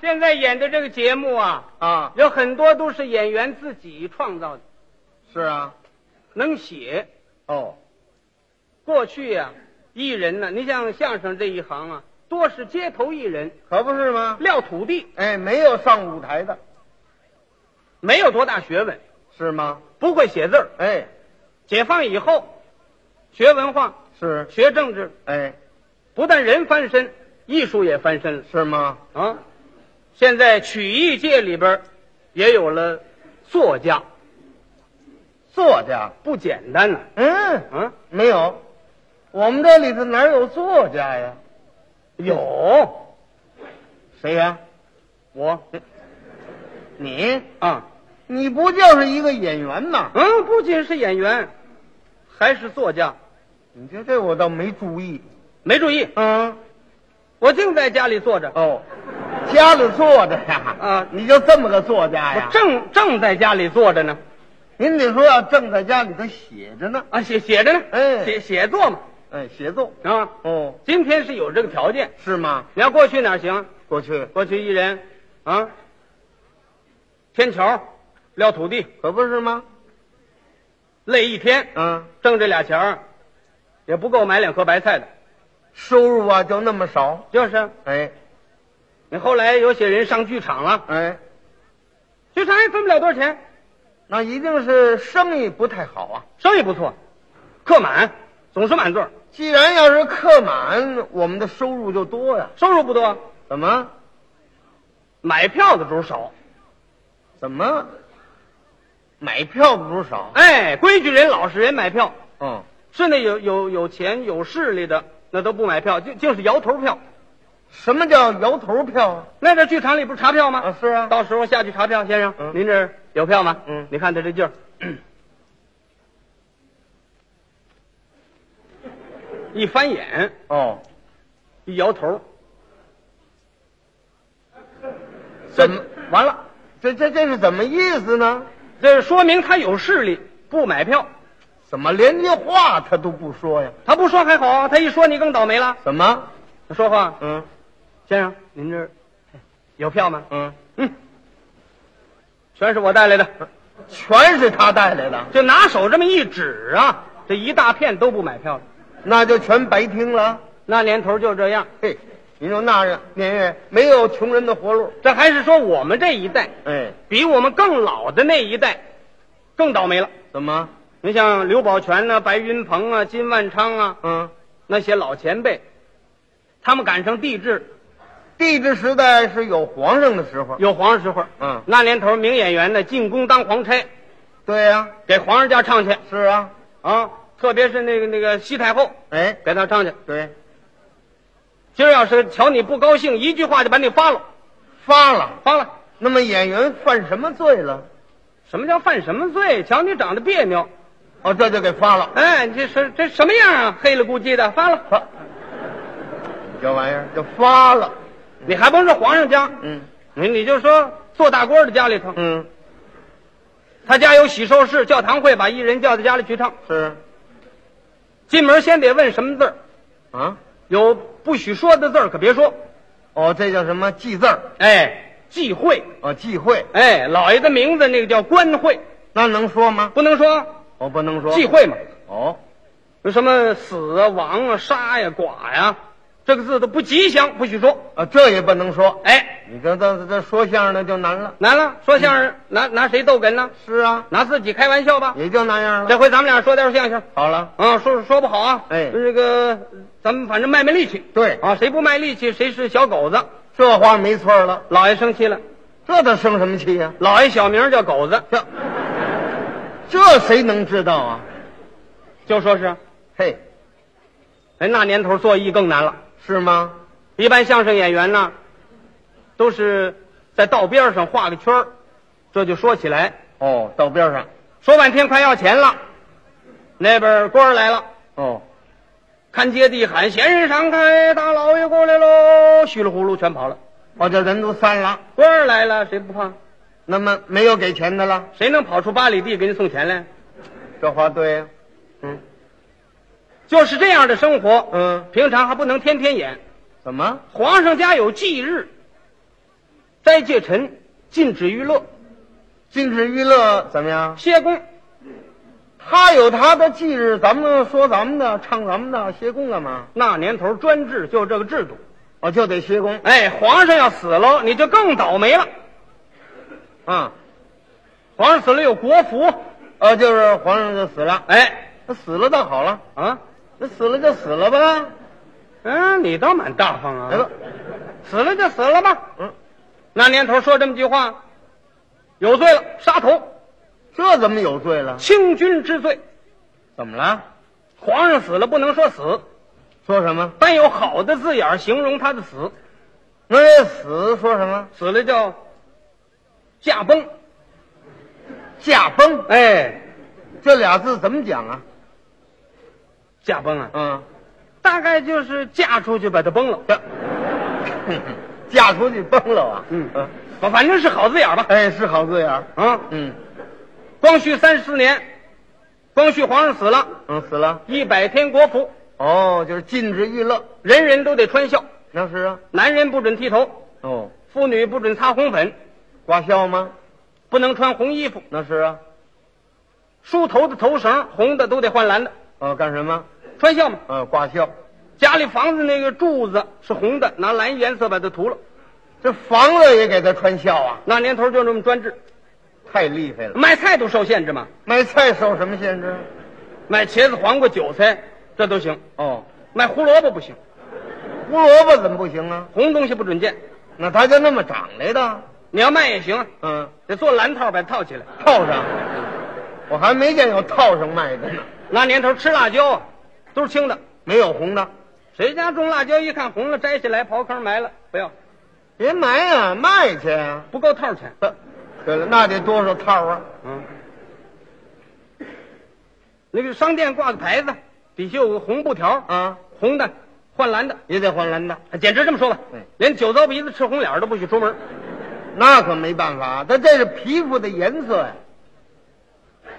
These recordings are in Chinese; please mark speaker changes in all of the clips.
Speaker 1: 现在演的这个节目啊，
Speaker 2: 啊，
Speaker 1: 有很多都是演员自己创造的，
Speaker 2: 是啊，
Speaker 1: 能写。
Speaker 2: 哦，
Speaker 1: 过去呀、艺人呢、你像相声这一行啊，多是街头艺人
Speaker 2: 可不是吗？
Speaker 1: 撂土地，
Speaker 2: 哎，没有上舞台的，
Speaker 1: 没有多大学问，
Speaker 2: 是吗？
Speaker 1: 不会写字儿。
Speaker 2: 哎，
Speaker 1: 解放以后，学文化，
Speaker 2: 是，
Speaker 1: 学政治，
Speaker 2: 哎，
Speaker 1: 不但人翻身，艺术也翻身了
Speaker 2: 是吗？
Speaker 1: 啊！现在曲艺界里边儿也有了作家，
Speaker 2: 作家，
Speaker 1: 不简单呐、
Speaker 2: 嗯，
Speaker 1: 啊！
Speaker 2: 没有，我们这里头哪有作家呀？
Speaker 1: 有
Speaker 2: 谁呀？
Speaker 1: 我
Speaker 2: 你，
Speaker 1: 啊，
Speaker 2: 你不就是一个演员吗？
Speaker 1: 嗯，不仅是演员，还是作家。
Speaker 2: 你这这我倒没注意。
Speaker 1: 没注意，
Speaker 2: 嗯，
Speaker 1: 我净在家里坐着，
Speaker 2: 哦，家里坐着呀，
Speaker 1: 啊
Speaker 2: 你就这么个作家哎呀
Speaker 1: 我？正正在家里坐着呢，
Speaker 2: 您得说要正在家里头写着呢，
Speaker 1: 啊，写写着呢，
Speaker 2: 哎
Speaker 1: 写写作嘛，
Speaker 2: 哎，写作。
Speaker 1: 啊，
Speaker 2: 哦，
Speaker 1: 今天是有这个条件。
Speaker 2: 是吗？
Speaker 1: 你要过去哪儿行？
Speaker 2: 过去
Speaker 1: 过去一人啊，天桥撂土地
Speaker 2: 可不是吗？
Speaker 1: 累一天，
Speaker 2: 啊，
Speaker 1: 挣这俩钱儿也不够买两颗白菜的。
Speaker 2: 收入啊就那么少。
Speaker 1: 就是
Speaker 2: 哎
Speaker 1: 你后来有些人上剧场了，
Speaker 2: 哎，
Speaker 1: 剧场也分不了多少钱，
Speaker 2: 那一定是生意不太好啊。
Speaker 1: 生意不错，客满，总是满座儿，
Speaker 2: 既然要是客满，我们的收入就多呀。
Speaker 1: 收入不多，
Speaker 2: 怎么
Speaker 1: 买票的主少。
Speaker 2: 怎么买票不如少？
Speaker 1: 哎，规矩人、老实人买票，
Speaker 2: 嗯，
Speaker 1: 是那有有有钱有势力的那都不买票，就就是摇头票。
Speaker 2: 什么叫摇头票啊？
Speaker 1: 那这剧场里不是查票吗？
Speaker 2: 啊，是啊，
Speaker 1: 到时候下去查票，先生，
Speaker 2: 嗯
Speaker 1: 您这儿有票吗？
Speaker 2: 嗯
Speaker 1: 你看他这劲儿， 一翻眼，
Speaker 2: 哦，
Speaker 1: 一摇头，这
Speaker 2: 怎么完了？这这这是怎么意思呢？
Speaker 1: 这说明他有势力，不买票。
Speaker 2: 怎么连句话他都不说呀？
Speaker 1: 他不说还好，他一说你更倒霉了。
Speaker 2: 怎么？
Speaker 1: 他说话，
Speaker 2: 嗯
Speaker 1: 先生，您这儿有票吗？
Speaker 2: 嗯，
Speaker 1: 嗯，全是我带来的，
Speaker 2: 全是他带来的，
Speaker 1: 就拿手这么一指啊，这一大片都不买票了。
Speaker 2: 那就全白听了。
Speaker 1: 那年头就这样，
Speaker 2: 嘿，您说那样年月没有穷人的活路。
Speaker 1: 这还是说我们这一代。
Speaker 2: 哎，
Speaker 1: 比我们更老的那一代更倒霉了。
Speaker 2: 怎么？
Speaker 1: 你像刘宝全啊、白云鹏啊、金万昌啊
Speaker 2: 嗯，
Speaker 1: 那些老前辈，他们赶上帝制，
Speaker 2: 帝制时代是有皇上的时候。
Speaker 1: 有皇上时候。
Speaker 2: 嗯
Speaker 1: 那年头名演员呢进宫当皇差，
Speaker 2: 对呀、
Speaker 1: 给皇上家唱去
Speaker 2: 是啊。
Speaker 1: 啊，特别是那个那个西太后，
Speaker 2: 哎，
Speaker 1: 给她唱去。
Speaker 2: 对，
Speaker 1: 今儿要是瞧你不高兴，一句话就把你发了，
Speaker 2: 发了。
Speaker 1: 发了。
Speaker 2: 那么演员犯什么罪了？
Speaker 1: 什么叫犯什么罪？瞧你长得别扭，
Speaker 2: 哦，这就给发了。
Speaker 1: 哎，你这是这什么样啊？黑了咕叽的，发了，
Speaker 2: 发，这玩意儿就发了。
Speaker 1: 你还甭说皇上家，
Speaker 2: 嗯
Speaker 1: 你你就说做大官的家里头，
Speaker 2: 嗯，
Speaker 1: 他家有喜寿室、教堂会，把艺人叫到家里去唱。
Speaker 2: 是
Speaker 1: 进门先得问什么字儿，
Speaker 2: 啊。
Speaker 1: 有不许说的字儿可别说。
Speaker 2: 哦，这叫什么忌字儿？
Speaker 1: 哎，忌讳。
Speaker 2: 哦，忌讳，
Speaker 1: 哎，老爷的名字那个叫官讳，
Speaker 2: 那能说吗？
Speaker 1: 不能说
Speaker 2: 我不能说
Speaker 1: 忌。讳嘛。
Speaker 2: 哦，
Speaker 1: 有什么死啊、亡啊、杀呀、剐呀、这个字都不吉祥，不许说。
Speaker 2: 啊，这也不能说。
Speaker 1: 哎，
Speaker 2: 你这这这说相声的就难了。
Speaker 1: 难了，说相声拿拿谁逗哏呢？
Speaker 2: 是啊，
Speaker 1: 拿自己开玩笑吧。
Speaker 2: 也就那样了。
Speaker 1: 这回咱们俩说点相声。
Speaker 2: 好了，
Speaker 1: 啊，说说不好啊，
Speaker 2: 哎
Speaker 1: 这个咱们反正卖卖力气，
Speaker 2: 对
Speaker 1: 啊，谁不卖力气，谁是小狗子。
Speaker 2: 这话没错了。
Speaker 1: 老爷生气了，
Speaker 2: 这他生什么气呀、
Speaker 1: 老爷小名叫狗子，
Speaker 2: 这这谁能知道啊？
Speaker 1: 就说是，
Speaker 2: 嘿，
Speaker 1: 哎，那年头做艺更难了。
Speaker 2: 是吗？
Speaker 1: 一般相声演员呢，都是在道边上画个圈儿，这就说起来，
Speaker 2: 哦，到边上。
Speaker 1: 说半天快要钱了，那边官儿来了，
Speaker 2: 哦，
Speaker 1: 看街地喊闲人常开，大老爷过来喽，虚了呼噜全跑了。
Speaker 2: 哦，这人都散了，
Speaker 1: 官儿来了，谁不怕？
Speaker 2: 那么没有给钱的了。
Speaker 1: 谁能跑出八里地给你送钱来？
Speaker 2: 这话对呀、嗯
Speaker 1: 就是这样的生活，
Speaker 2: 嗯，
Speaker 1: 平常还不能天天演。
Speaker 2: 怎么？
Speaker 1: 皇上家有忌日，斋戒尘，禁止娱乐，
Speaker 2: 禁止娱乐怎么样？
Speaker 1: 歇工。
Speaker 2: 他有他的忌日，咱们说咱们的，唱咱们的，歇工干嘛？
Speaker 1: 那年头专制就这个制度。
Speaker 2: 哦，就得歇工
Speaker 1: 哎，皇上要死了，你就更倒霉了。
Speaker 2: 啊！
Speaker 1: 皇上死了有国服，
Speaker 2: 呃，就是皇上就死了，
Speaker 1: 哎，
Speaker 2: 那死了倒好了，
Speaker 1: 啊，
Speaker 2: 那死了就死了呗。
Speaker 1: 嗯，你倒蛮大方
Speaker 2: 哎
Speaker 1: 啊
Speaker 2: 不。，
Speaker 1: 死了就死了吧。
Speaker 2: 嗯，
Speaker 1: 那年头说这么句话，有罪了，杀头，
Speaker 2: 这怎么有罪了？
Speaker 1: 清君之罪。
Speaker 2: 怎么了？
Speaker 1: 皇上死了不能说死，
Speaker 2: 说什么？
Speaker 1: 但有好的字眼儿形容他的死，
Speaker 2: 那死说什么？
Speaker 1: 死了叫驾崩。
Speaker 2: 驾崩
Speaker 1: 哎，
Speaker 2: 这俩字怎么讲啊？
Speaker 1: 驾崩啊，
Speaker 2: 嗯，
Speaker 1: 大概就是嫁出去把他崩了。
Speaker 2: 嫁出去崩了啊？
Speaker 1: 嗯，反反正是好字眼儿吧。
Speaker 2: 哎，是好字眼儿。
Speaker 1: 啊，
Speaker 2: 嗯
Speaker 1: 光绪三十四年，光绪皇上死了，
Speaker 2: 嗯，死了。
Speaker 1: 一百天国服，
Speaker 2: 哦，就是禁止娱乐，
Speaker 1: 人人都得穿孝，
Speaker 2: 那是啊。
Speaker 1: 男人不准剃头，
Speaker 2: 哦，
Speaker 1: 妇女不准擦红粉，
Speaker 2: 挂孝吗？
Speaker 1: 不能穿红衣服，
Speaker 2: 那是啊。
Speaker 1: 梳头的头绳红的都得换蓝的，
Speaker 2: 呃，干什么？
Speaker 1: 穿孝嘛。
Speaker 2: 呃，挂孝。
Speaker 1: 家里房子那个柱子是红的，拿蓝颜色把它涂了。
Speaker 2: 这房子也给他穿孝啊，
Speaker 1: 那年头就这么专制，
Speaker 2: 太厉害了。
Speaker 1: 买菜都受限制嘛，
Speaker 2: 买菜受什么限制？
Speaker 1: 买茄子、黄瓜、韭菜这都行，
Speaker 2: 哦，
Speaker 1: 买胡萝卜不行，
Speaker 2: 胡萝卜怎么不行啊？
Speaker 1: 红东西不准见。
Speaker 2: 那他就那么长来的。
Speaker 1: 你要卖也行，啊，
Speaker 2: 嗯，
Speaker 1: 得做蓝套把它套起来。
Speaker 2: 套上，我还没见有套上卖的呢，
Speaker 1: 那年头吃辣椒啊，都是青的，
Speaker 2: 没有红的。
Speaker 1: 谁家种辣椒一看红了，摘下来刨坑埋了，不要，
Speaker 2: 别埋啊，卖去啊。
Speaker 1: 不够套钱。
Speaker 2: 呃对了，那得多少套啊？
Speaker 1: 嗯，那个商店挂个牌子，底下有个红布条，
Speaker 2: 啊，
Speaker 1: 红的换蓝的，哎
Speaker 2: 也得换蓝的，
Speaker 1: 简直这么说吧
Speaker 2: 嗯，
Speaker 1: 连酒糟鼻子吃红脸儿都不许出门。
Speaker 2: 那可没办法，他这是皮肤的颜色呀、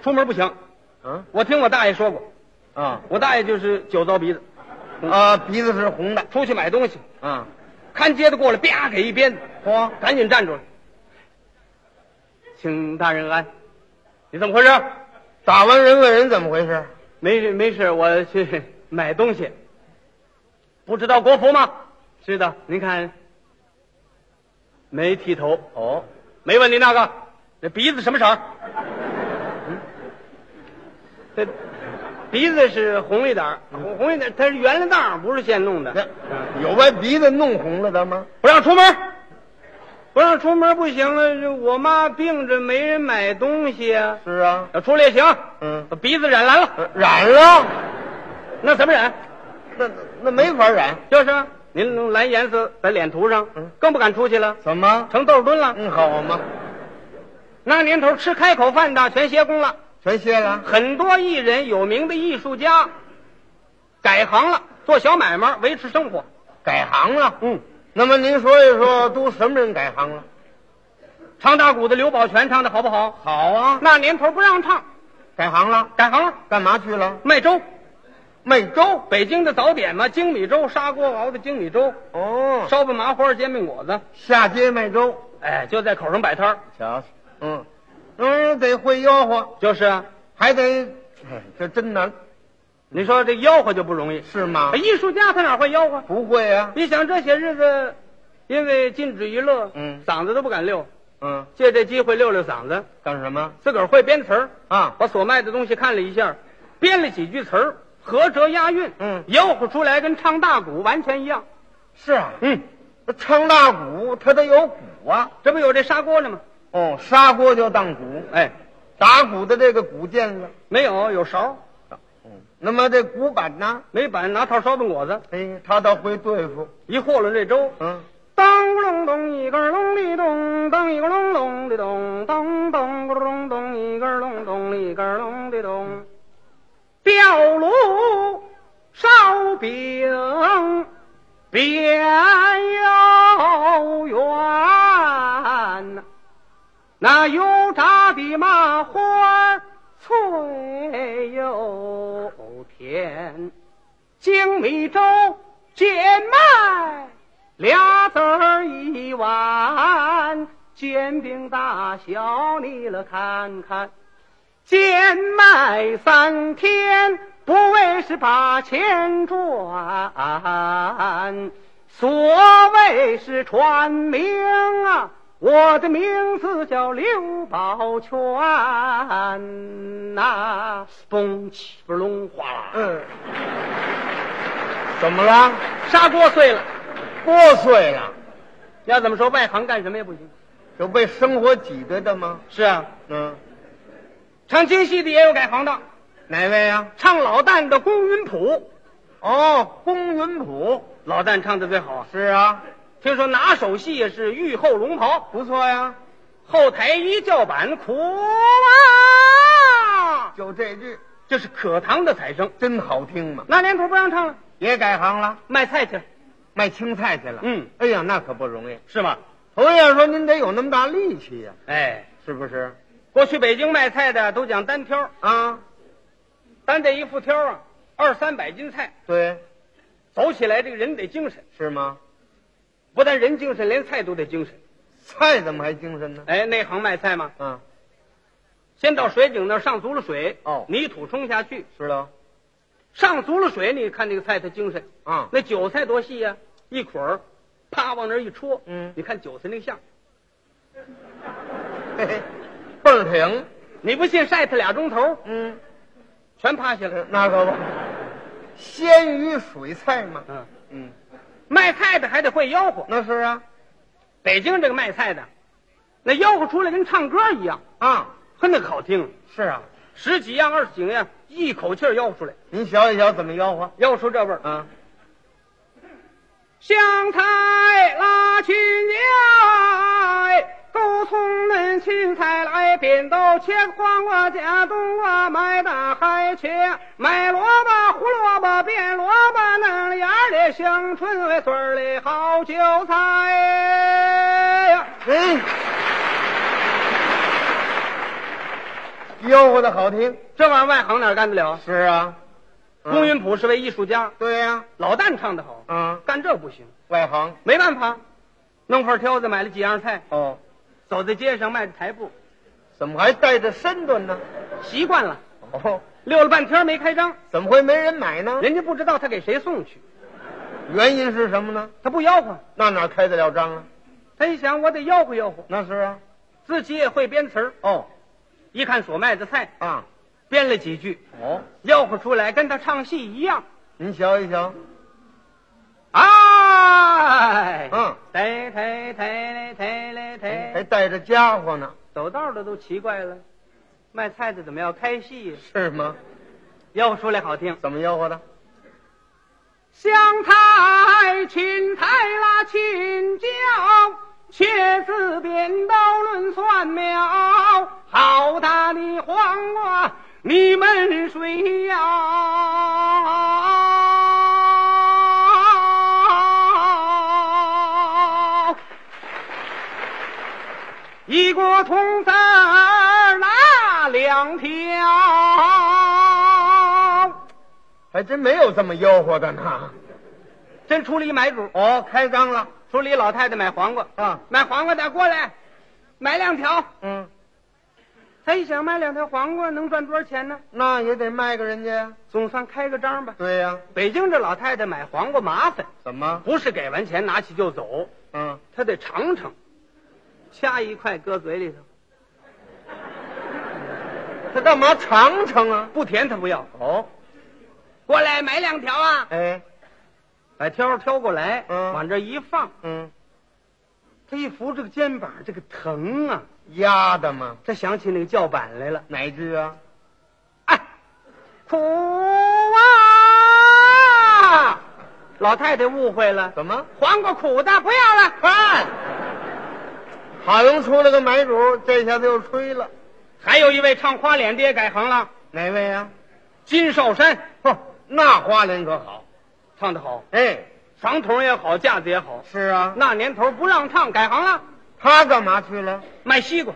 Speaker 1: 出门不行。
Speaker 2: 啊。
Speaker 1: 我听我大爷说过，
Speaker 2: 啊
Speaker 1: 我大爷就是酒糟鼻子，
Speaker 2: 啊，鼻子是红的
Speaker 1: 出去买东西，
Speaker 2: 啊，
Speaker 1: 看街的过来，啪给一鞭子，
Speaker 2: 嚯，
Speaker 1: 赶紧站住了。请大人安，你怎么回事？
Speaker 2: 打完人问人怎么回事？
Speaker 1: 没事没事，我去 买东西。不知道国服吗？知道。您看，没剃头，
Speaker 2: 哦，
Speaker 1: 没问你那个，那鼻子什么色儿？嗯，这鼻子是红一点儿，红红一点儿，它是圆了道儿，不是现弄的。嗯
Speaker 2: 那有把鼻子弄红了的吗？
Speaker 1: 不让出门，不让出门不行了。这我妈病着，没人买东西啊。
Speaker 2: 是啊，
Speaker 1: 要出来也行，
Speaker 2: 嗯，
Speaker 1: 把鼻子染蓝了，
Speaker 2: 呃染了，
Speaker 1: 那怎么染？
Speaker 2: 那那没法染，
Speaker 1: 就是您弄蓝颜色在脸涂上
Speaker 2: 嗯，
Speaker 1: 更不敢出去了，
Speaker 2: 怎么？
Speaker 1: 成豆墩了。
Speaker 2: 嗯，好嘛，
Speaker 1: 那年头吃开口饭的全歇工了，
Speaker 2: 全歇了。
Speaker 1: 很多艺人、有名的艺术家改行了，做小买卖维持生活。
Speaker 2: 改行了。
Speaker 1: 嗯，
Speaker 2: 那么您说一说，都什么人改行了？
Speaker 1: 唱大鼓的刘宝全唱的好不好？
Speaker 2: 好啊，
Speaker 1: 那年头不让唱，
Speaker 2: 改行了，
Speaker 1: 改行了，
Speaker 2: 干嘛去了？
Speaker 1: 卖粥。
Speaker 2: 卖粥。
Speaker 1: 北京的早点嘛，精米粥、砂锅熬的精米粥、
Speaker 2: 哦，
Speaker 1: 烧饼麻花、煎饼果子，
Speaker 2: 下街卖粥。
Speaker 1: 哎，就在口上摆摊儿。
Speaker 2: 瞧瞧，嗯，嗯，得会吆喝，
Speaker 1: 就是啊，
Speaker 2: 还得， 哎这真难，
Speaker 1: 你说这吆喝就不容易，哎
Speaker 2: 是吗？
Speaker 1: 艺术家他哪会吆喝？
Speaker 2: 不会啊。
Speaker 1: 你想这些日子，因为禁止娱乐，
Speaker 2: 嗯
Speaker 1: 嗓子都不敢溜，
Speaker 2: 嗯，
Speaker 1: 借这机会溜溜嗓子，
Speaker 2: 干什么
Speaker 1: 自个儿会编词儿，
Speaker 2: 啊？
Speaker 1: 把所卖的东西看了一下，编了几句词儿，合辙押韵，
Speaker 2: 嗯
Speaker 1: 吆喝出来跟唱大鼓完全一样。
Speaker 2: 是啊，
Speaker 1: 嗯，
Speaker 2: 那唱大鼓它得有鼓啊。
Speaker 1: 这不有这砂锅呢吗？
Speaker 2: 哦，砂锅就当鼓，
Speaker 1: 哎，
Speaker 2: 打鼓的这个鼓键子。
Speaker 1: 没有，有勺，
Speaker 2: 嗯，那么这鼓板呢？
Speaker 1: 没板，拿套烧饼果子，
Speaker 2: 哎，他倒会对付。
Speaker 1: 一和了这粥。
Speaker 2: 嗯，
Speaker 1: 当咕隆咚，一根隆里咚，当一个隆隆的咚，当咚咕隆咚，一根隆咚，一根隆的咚。吊炉烧饼边又圆，那油炸的麻花儿脆又甜。精米粥贱卖俩子儿一碗，煎饼大小你了看看，贱卖三天不为是把钱赚，所谓是传名啊。我的名字叫刘宝全呐、嘣起不隆哗啦，
Speaker 2: 嗯，怎么了？
Speaker 1: 砂锅碎了。
Speaker 2: 破碎了，
Speaker 1: 你要怎么说外行干什么也不行。
Speaker 2: 有被生活挤兑的吗？
Speaker 1: 是啊，
Speaker 2: 嗯，
Speaker 1: 唱京戏的也有改行的，
Speaker 2: 哪位啊呀、
Speaker 1: 唱老旦的龚云普，
Speaker 2: 哦，龚云普。
Speaker 1: 老旦唱的最好啊。
Speaker 2: 是啊，
Speaker 1: 听说拿手戏也是玉后龙袍，
Speaker 2: 不错呀，
Speaker 1: 后台一叫板，苦啊，
Speaker 2: 就这句
Speaker 1: 这是可堂的彩声。
Speaker 2: 真好听嘛。
Speaker 1: 那年头不让唱了，
Speaker 2: 也改行了，
Speaker 1: 卖菜去了，
Speaker 2: 卖青菜去了。
Speaker 1: 嗯，
Speaker 2: 哎呀，那可不容易。
Speaker 1: 是吗？
Speaker 2: 头一样说您得有那么大力气呀、
Speaker 1: 哎，
Speaker 2: 是不是？
Speaker 1: 过去北京卖菜的都讲单挑，
Speaker 2: 啊，
Speaker 1: 单这一副挑啊，二三百斤菜，
Speaker 2: 对，
Speaker 1: 走起来这个人得精神，
Speaker 2: 是吗？
Speaker 1: 不但人精神，连菜都得精神。
Speaker 2: 菜怎么还精神呢？
Speaker 1: 哎，内行卖菜嘛，
Speaker 2: 啊，
Speaker 1: 先到水井那儿上足了水，
Speaker 2: 哦
Speaker 1: 泥土冲下去，
Speaker 2: 知道。
Speaker 1: 上足了水，你看这个菜它精神。
Speaker 2: 啊，
Speaker 1: 那韭菜多细呀、一捆儿，啪往那儿一戳，
Speaker 2: 嗯
Speaker 1: 你看韭菜那个相，
Speaker 2: 嘿嘿，倍儿挺。
Speaker 1: 你不信晒它俩钟头，
Speaker 2: 嗯，呃
Speaker 1: 全趴下来。
Speaker 2: 那可不，鲜鱼水菜嘛。
Speaker 1: 嗯，
Speaker 2: 嗯，
Speaker 1: 卖菜的还得会吆喝，
Speaker 2: 那是啊。
Speaker 1: 北京这个卖菜的，那吆喝出来跟唱歌一样，
Speaker 2: 啊，
Speaker 1: 哼，那可好听了。
Speaker 2: 是啊。
Speaker 1: 十几样、二十几样，一口气儿吆喝出来，
Speaker 2: 您瞧一瞧怎么吆喝
Speaker 1: 吆喝出这味儿。
Speaker 2: 啊？
Speaker 1: 香菜拉去来，勾葱嫩青菜来，扁豆切黄瓜夹冬瓜，买大海茄，买萝卜胡萝卜变萝卜，嫩芽儿的香椿味，嘴儿里好韭菜呀。
Speaker 2: 哎，吆喝的好听。
Speaker 1: 这玩意儿外行哪干得了？
Speaker 2: 是啊，
Speaker 1: 龚
Speaker 2: 嗯
Speaker 1: 云普是位艺术家，
Speaker 2: 对呀、
Speaker 1: 老旦唱得好，
Speaker 2: 啊，
Speaker 1: 干这不行，
Speaker 2: 外行
Speaker 1: 没办法，弄块挑子买了几样菜，
Speaker 2: 哦，
Speaker 1: 走在街上迈着台步，
Speaker 2: 怎么还带着身段呢？
Speaker 1: 习惯了，
Speaker 2: 哦，
Speaker 1: 溜了半天没开张。
Speaker 2: 怎么会没人买呢？
Speaker 1: 人家不知道他给谁送去，
Speaker 2: 原因是什么呢？
Speaker 1: 他不吆喝。
Speaker 2: 那哪开得了张啊？
Speaker 1: 他一想，我得吆喝吆喝，
Speaker 2: 那是啊，
Speaker 1: 自己也会编词儿。
Speaker 2: 哦
Speaker 1: 一看所卖的菜，
Speaker 2: 啊，
Speaker 1: 编了几句，
Speaker 2: 哦，
Speaker 1: 吆喝出来，跟他唱戏一样。
Speaker 2: 您瞧一瞧，
Speaker 1: 哎，
Speaker 2: 嗯，哎
Speaker 1: 抬抬抬嘞抬嘞
Speaker 2: 还
Speaker 1: 抬，
Speaker 2: 带着家伙呢，
Speaker 1: 走道的都奇怪了，卖菜的怎么要开戏呀？
Speaker 2: 是吗？
Speaker 1: 吆喝出来好听。
Speaker 2: 怎么吆喝的？
Speaker 1: 香菜、芹菜啦，青椒、茄子、扁豆、论蒜苗，好大的黄瓜，你们谁要？一锅铜子儿拿两条，
Speaker 2: 还真没有这么吆喝的呢。
Speaker 1: 真出了一买主。
Speaker 2: 哦，开张了
Speaker 1: 村里老太太买黄瓜，
Speaker 2: 啊，
Speaker 1: 买黄瓜的过来，买两条。
Speaker 2: 嗯，
Speaker 1: 他一想，买两条黄瓜能赚多少钱呢？
Speaker 2: 那也得卖给人家呀。
Speaker 1: 总算开个张吧。
Speaker 2: 对呀、
Speaker 1: 北京这老太太买黄瓜麻烦，
Speaker 2: 怎么？
Speaker 1: 不是给完钱拿起就走，
Speaker 2: 嗯，
Speaker 1: 她得尝尝，掐一块搁嘴里头，
Speaker 2: 他干嘛尝尝啊？
Speaker 1: 不甜她不要。
Speaker 2: 哦，
Speaker 1: 过来买两条啊，
Speaker 2: 哎，
Speaker 1: 把挑挑过来，
Speaker 2: 嗯
Speaker 1: 往这一放，
Speaker 2: 嗯，
Speaker 1: 她一扶这个肩膀，这个疼啊！
Speaker 2: 压的嘛，
Speaker 1: 她想起那个叫板来了，
Speaker 2: 哪句啊？
Speaker 1: 哎，苦啊！老太太误会了。
Speaker 2: 怎么？
Speaker 1: 黄瓜苦的不要了，
Speaker 2: 看，
Speaker 1: 哎
Speaker 2: 好容易出了个买主，这下子又吹了。
Speaker 1: 还有一位唱花脸的也改行了，
Speaker 2: 哪位呀、
Speaker 1: 金少山
Speaker 2: 啊？哦，那花脸可好。
Speaker 1: 唱得好，
Speaker 2: 哎，
Speaker 1: 嗓筒也好，架子也好。
Speaker 2: 是啊，
Speaker 1: 那年头不让唱，改行了，
Speaker 2: 他干嘛去了？
Speaker 1: 卖西瓜。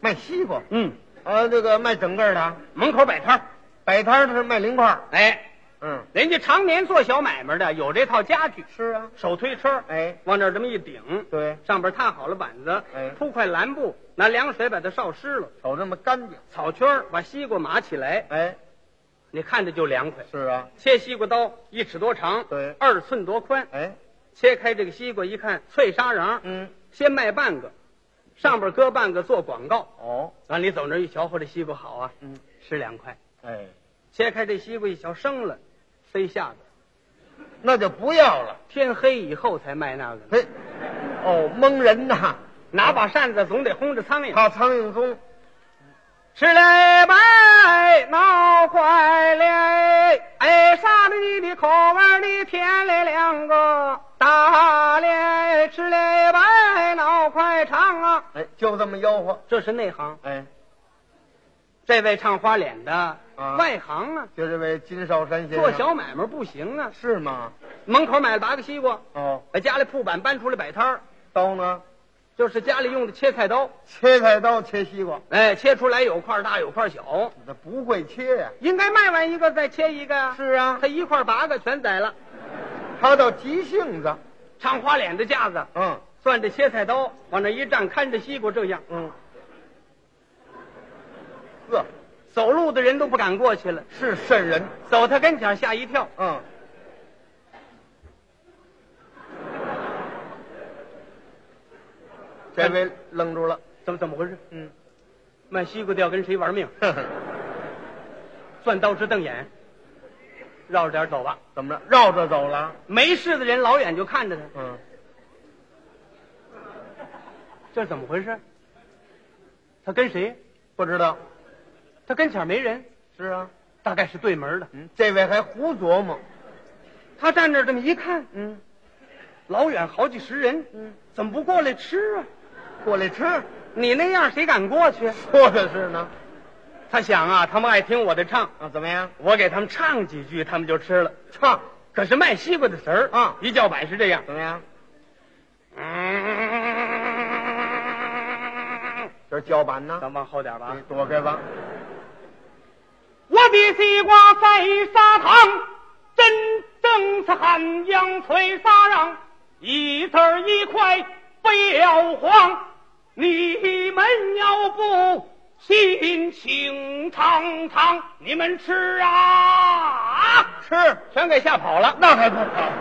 Speaker 2: 卖西瓜。啊
Speaker 1: 嗯，
Speaker 2: 呃，这个卖整个的，
Speaker 1: 门口摆摊儿
Speaker 2: 摆摊儿的是卖零块儿。
Speaker 1: 哎，
Speaker 2: 嗯，
Speaker 1: 人家常年做小买卖的，有这套家具，
Speaker 2: 是啊，
Speaker 1: 手推车，
Speaker 2: 哎，
Speaker 1: 往那儿这么一顶，
Speaker 2: 对，
Speaker 1: 上边踏好了板子
Speaker 2: 哎，
Speaker 1: 铺块蓝布，拿凉水把它烧湿了，
Speaker 2: 瞅这么干净，
Speaker 1: 草圈儿把西瓜码起来，
Speaker 2: 哎，
Speaker 1: 你看着就凉快。
Speaker 2: 是啊，
Speaker 1: 切西瓜刀一尺多长，
Speaker 2: 对
Speaker 1: 二寸多宽，
Speaker 2: 哎，
Speaker 1: 切开这个西瓜一看，脆沙瓤，
Speaker 2: 嗯，
Speaker 1: 先卖半个，上边搁半个做广告。
Speaker 2: 哦，
Speaker 1: 啊，你走那儿一瞧，嚯，这西瓜好啊，
Speaker 2: 嗯，
Speaker 1: 吃两块。
Speaker 2: 哎，
Speaker 1: 切开这西瓜一瞧，生了，塞下边。
Speaker 2: 那就不要了。
Speaker 1: 天黑以后才卖那个 呢，
Speaker 2: 嘿，哦，蒙人呐，
Speaker 1: 拿把扇子总得轰着苍蝇。
Speaker 2: 怕苍蝇踪。
Speaker 1: 吃嘞卖闹快嘞，哎，上了你的口味里添了两个大嘞，吃嘞卖闹快唱啊！
Speaker 2: 哎，就这么吆喝。
Speaker 1: 这是内行，
Speaker 2: 哎，
Speaker 1: 这位唱花脸的、
Speaker 2: 啊
Speaker 1: 外行啊，
Speaker 2: 就这位金少山先生
Speaker 1: 做小买卖不行啊。
Speaker 2: 是吗？
Speaker 1: 门口买了八个西瓜，
Speaker 2: 哦，
Speaker 1: 把家里铺板搬出来摆摊儿，
Speaker 2: 刀呢？
Speaker 1: 就是家里用的切菜刀。
Speaker 2: 切菜刀切西瓜，
Speaker 1: 哎，切出来有块大有块小，
Speaker 2: 你这不会切呀、
Speaker 1: 应该卖完一个再切一个呀、
Speaker 2: 是啊
Speaker 1: 他，一块八个全宰了，
Speaker 2: 他倒急性子。
Speaker 1: 唱花脸的架子，
Speaker 2: 嗯
Speaker 1: 攥着切菜刀往那一站，看着西瓜这样，
Speaker 2: 嗯，呵，
Speaker 1: 走路的人都不敢过去了，
Speaker 2: 是瘆人。
Speaker 1: 走他跟前儿吓一跳。
Speaker 2: 嗯，这位愣住了。
Speaker 1: 怎么怎么回事？
Speaker 2: 嗯，
Speaker 1: 卖西瓜的要跟谁玩命？
Speaker 2: 呵呵
Speaker 1: 攥刀直瞪眼，绕着点儿走吧。
Speaker 2: 怎么着？绕着走了？
Speaker 1: 没事的人老远就看着他，
Speaker 2: 嗯，
Speaker 1: 这是怎么回事？他跟谁？
Speaker 2: 不知道。
Speaker 1: 他跟前儿没人，
Speaker 2: 是啊。
Speaker 1: 大概是对门的。
Speaker 2: 嗯，这位还胡琢磨。
Speaker 1: 他站那儿这么一看，
Speaker 2: 嗯，
Speaker 1: 老远好几十人，
Speaker 2: 嗯，
Speaker 1: 怎么不过来吃啊？
Speaker 2: 过来吃。
Speaker 1: 你那样谁敢过去？
Speaker 2: 说的是呢。
Speaker 1: 他想啊，他们爱听我的唱，
Speaker 2: 啊，怎么样？
Speaker 1: 我给他们唱几句，他们就吃了。
Speaker 2: 唱
Speaker 1: 可是卖西瓜的词儿
Speaker 2: 啊
Speaker 1: 一叫板是这样。
Speaker 2: 怎么样？
Speaker 1: 嗯，
Speaker 2: 这是叫板呢？
Speaker 1: 咱往后点吧
Speaker 2: 你。躲开吧。
Speaker 1: 我的西瓜塞砂糖，真正是汉阳脆沙瓤，一字儿一块不要慌。你们要不信，请尝尝，你们吃啊！啊
Speaker 2: 吃，
Speaker 1: 全给吓跑了。
Speaker 2: 那还不好。